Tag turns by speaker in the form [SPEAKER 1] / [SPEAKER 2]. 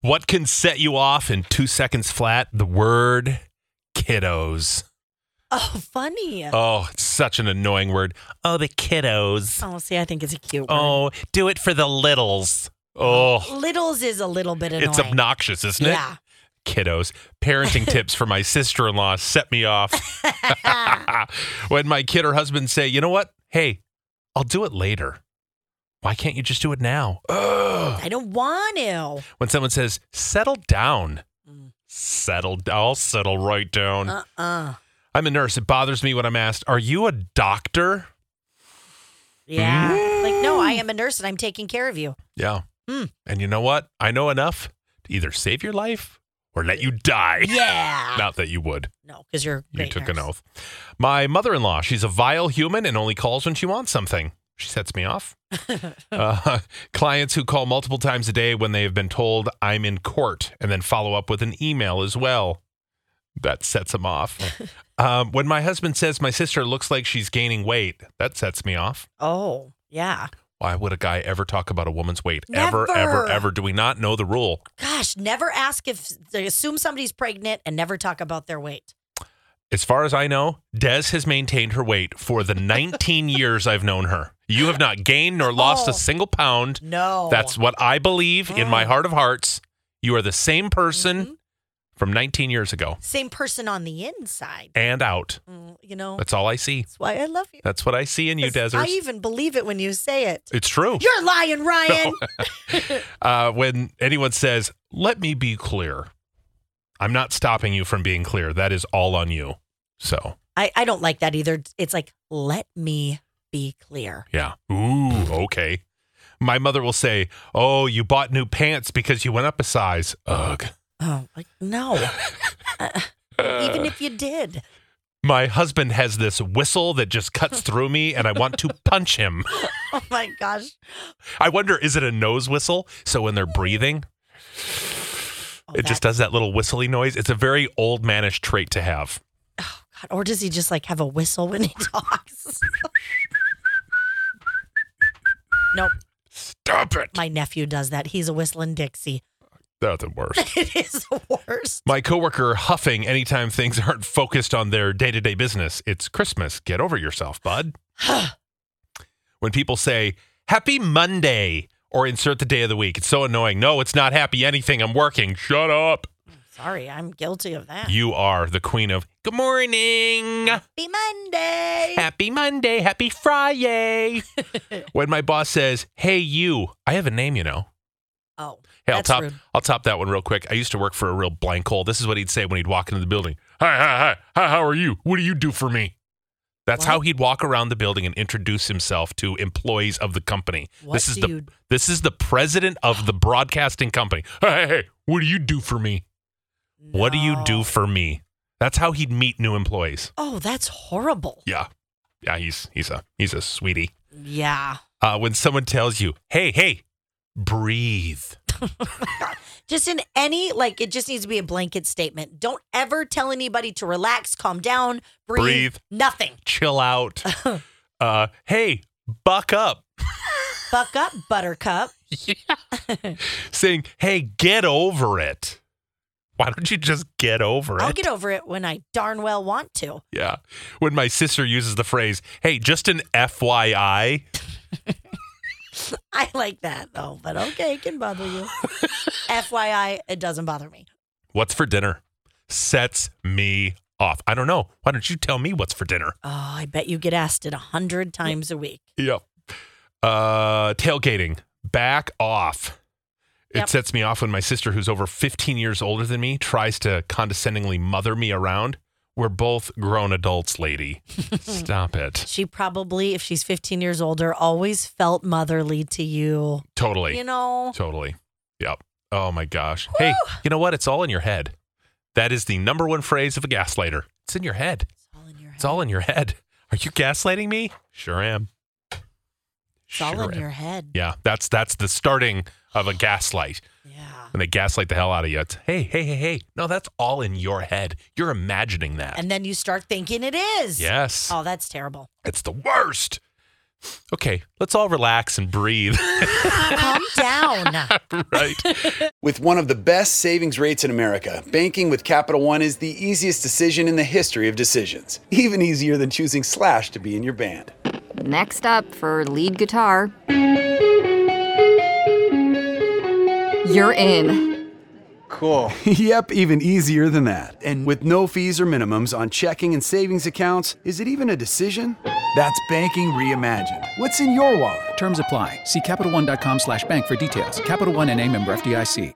[SPEAKER 1] What can set you off in two seconds flat? The word kiddos.
[SPEAKER 2] Oh, funny. Oh,
[SPEAKER 1] Oh, it's such an annoying word. Oh, the kiddos.
[SPEAKER 2] Oh, see, I think it's a cute one.
[SPEAKER 1] Oh, do it for the littles. Oh,
[SPEAKER 2] Littles is a little bit annoying.
[SPEAKER 1] it's obnoxious, isn't it?
[SPEAKER 2] Yeah.
[SPEAKER 1] Kiddos. Parenting tips for my sister in law set me off. when my kid or husband say, you know what? Hey, I'll do it later. Why can't you just do it now? Ugh.
[SPEAKER 2] I don't want to.
[SPEAKER 1] When someone says, settle down,
[SPEAKER 2] Mm.
[SPEAKER 1] settle down, I'll settle right down.
[SPEAKER 2] Uh-uh.
[SPEAKER 1] I'm a nurse. It bothers me when I'm asked, are you a doctor?
[SPEAKER 2] Yeah. Like, no, I am a nurse and I'm taking care of you.
[SPEAKER 1] Yeah.
[SPEAKER 2] Hmm.
[SPEAKER 1] And you know what? I know enough to either save your life or let you die.
[SPEAKER 2] Yeah.
[SPEAKER 1] Not that you would.
[SPEAKER 2] Ah. No, because you're a
[SPEAKER 1] You
[SPEAKER 2] great
[SPEAKER 1] took an
[SPEAKER 2] nurse.
[SPEAKER 1] oath. My mother in law, she's a vile human and only calls when she wants something. She sets me off. uh, clients who call multiple times a day when they have been told I'm in court and then follow up with an email as well. That sets them off. um, when my husband says my sister looks like she's gaining weight, that sets me off.
[SPEAKER 2] Oh, yeah.
[SPEAKER 1] Why would a guy ever talk about a woman's weight? Ever, ever,
[SPEAKER 2] Never.
[SPEAKER 1] ever. Do we not know the rule?
[SPEAKER 2] Gosh, never ask if they assume somebody's pregnant and never talk about their weight.
[SPEAKER 1] As far as I know, Des has maintained her weight for the 19 years I've known her. You have not gained nor lost
[SPEAKER 2] Oh.
[SPEAKER 1] a single pound.
[SPEAKER 2] No.
[SPEAKER 1] That's what I believe in my
[SPEAKER 2] Mm.
[SPEAKER 1] heart of hearts. You are the same person
[SPEAKER 2] Mhm.
[SPEAKER 1] from 19 years ago
[SPEAKER 2] Same person on the inside.
[SPEAKER 1] and out.
[SPEAKER 2] Mm, You know,
[SPEAKER 1] That's all I see.
[SPEAKER 2] that's why I love you.
[SPEAKER 1] That's what I see in you,
[SPEAKER 2] 'Cause
[SPEAKER 1] Desers.
[SPEAKER 2] I even believe it when you say it.
[SPEAKER 1] It's true.
[SPEAKER 2] You're lying, Ryan.
[SPEAKER 1] Uh, when anyone says, let me be clear, I'm not stopping you from being clear. That is all on you. So.
[SPEAKER 2] I, I don't like that either. It's like, let me be clear.
[SPEAKER 1] Yeah. Ooh, okay. My mother will say, Oh, you bought new pants because you went up a size. Ugh.
[SPEAKER 2] Oh, like, no. Uh, even if you did.
[SPEAKER 1] My husband has this whistle that just cuts through me and I want to punch him.
[SPEAKER 2] Oh my gosh.
[SPEAKER 1] I wonder, is it a nose whistle? So when they're breathing,
[SPEAKER 2] Oh,
[SPEAKER 1] it just
[SPEAKER 2] that-
[SPEAKER 1] does that little whistly noise. It's a very old manish trait to have.
[SPEAKER 2] God. Or does he just like have a whistle when he talks? nope.
[SPEAKER 1] Stop it.
[SPEAKER 2] My nephew does that. He's a whistling Dixie.
[SPEAKER 1] Nothing worse.
[SPEAKER 2] it is the worst.
[SPEAKER 1] My coworker huffing anytime things aren't focused on their day to day business. It's Christmas. Get over yourself, bud. when people say happy Monday or insert the day of the week. It's so annoying. No, it's not happy anything. I'm working. Shut up.
[SPEAKER 2] Sorry, I'm guilty of that.
[SPEAKER 1] You are the queen of good morning.
[SPEAKER 2] Happy Monday.
[SPEAKER 1] Happy Monday. Happy Friday. when my boss says, hey, you, I have a name, you know.
[SPEAKER 2] oh,
[SPEAKER 1] Hey,
[SPEAKER 2] that's
[SPEAKER 1] I'll top.
[SPEAKER 2] rude.
[SPEAKER 1] I'll top that one real quick. I used to work for a real blank hole. This is what he'd say when he'd walk into the building. Hi, hi, hi, hi. How are you? What do you do for me? That's how
[SPEAKER 2] What?
[SPEAKER 1] he'd walk around the building and introduce himself to employees of the company.
[SPEAKER 2] What
[SPEAKER 1] this is
[SPEAKER 2] do
[SPEAKER 1] the
[SPEAKER 2] you-
[SPEAKER 1] this is the president of the broadcasting company. Hey, hey, hey, what do you do for me? What do you do
[SPEAKER 2] No.
[SPEAKER 1] for me? That's how he'd meet new employees.
[SPEAKER 2] Oh, that's horrible.
[SPEAKER 1] Yeah, yeah. He's he's a he's a sweetie.
[SPEAKER 2] Yeah.
[SPEAKER 1] Uh, when someone tells you, "Hey, hey, breathe,"
[SPEAKER 2] Just in any, like, it just needs to be a blanket statement. Don't ever tell anybody to relax, calm down, breathe.
[SPEAKER 1] Breathe.
[SPEAKER 2] Nothing.
[SPEAKER 1] chill out. uh, hey, buck up.
[SPEAKER 2] Buck up, buttercup.
[SPEAKER 1] Saying, hey, get over it. Why don't you just get over it?
[SPEAKER 2] I'll get over it when I darn well want to.
[SPEAKER 1] yeah. When my sister uses the phrase, hey, just an FYI,
[SPEAKER 2] I like that though, but okay, it can bother you. FYI, it doesn't bother me.
[SPEAKER 1] what's for dinner? Sets me off. I don't know. Why don't you tell me what's for dinner?
[SPEAKER 2] Oh, I bet you get asked it a hundred times a week.
[SPEAKER 1] Yep. Uh, tailgating. Back off. It
[SPEAKER 2] Yep.
[SPEAKER 1] sets me off when my sister, who's over 15 years older than me, tries to condescendingly mother me around. We're both grown adults, lady. Stop it.
[SPEAKER 2] She probably, if she's 15 years older, always felt motherly to you.
[SPEAKER 1] Totally.
[SPEAKER 2] You know,
[SPEAKER 1] Totally. Yep. Oh my gosh. Hey, you know what? It's all in your head. That is the number one phrase of a gaslighter. It's in your head.
[SPEAKER 2] It's all in your head.
[SPEAKER 1] It's all in your head. Are you gaslighting me? Sure am.
[SPEAKER 2] It's all
[SPEAKER 1] Sure
[SPEAKER 2] in
[SPEAKER 1] am.
[SPEAKER 2] your head.
[SPEAKER 1] Yeah, that's that's the starting of a gaslight.
[SPEAKER 2] Yeah.
[SPEAKER 1] When they gaslight the hell out of you, it's hey, hey, hey, hey. No, that's all in your head. You're imagining that.
[SPEAKER 2] And then you start thinking it is.
[SPEAKER 1] yes.
[SPEAKER 2] Oh, that's terrible.
[SPEAKER 1] It's the worst. Okay, let's all relax and breathe.
[SPEAKER 2] Calm down.
[SPEAKER 1] right.
[SPEAKER 3] With one of the best savings rates in America, banking with Capital One is the easiest decision in the history of decisions. Even easier than choosing Slash to be in your band.
[SPEAKER 4] Next up for lead guitar. You're in.
[SPEAKER 5] Cool.
[SPEAKER 3] yep, even easier than that. And with no fees or minimums on checking and savings accounts, is it even a decision? That's banking reimagined. What's in your wallet?
[SPEAKER 6] Terms apply. See CapitalOne.com slash bank for details. Capital One and a member FDIC.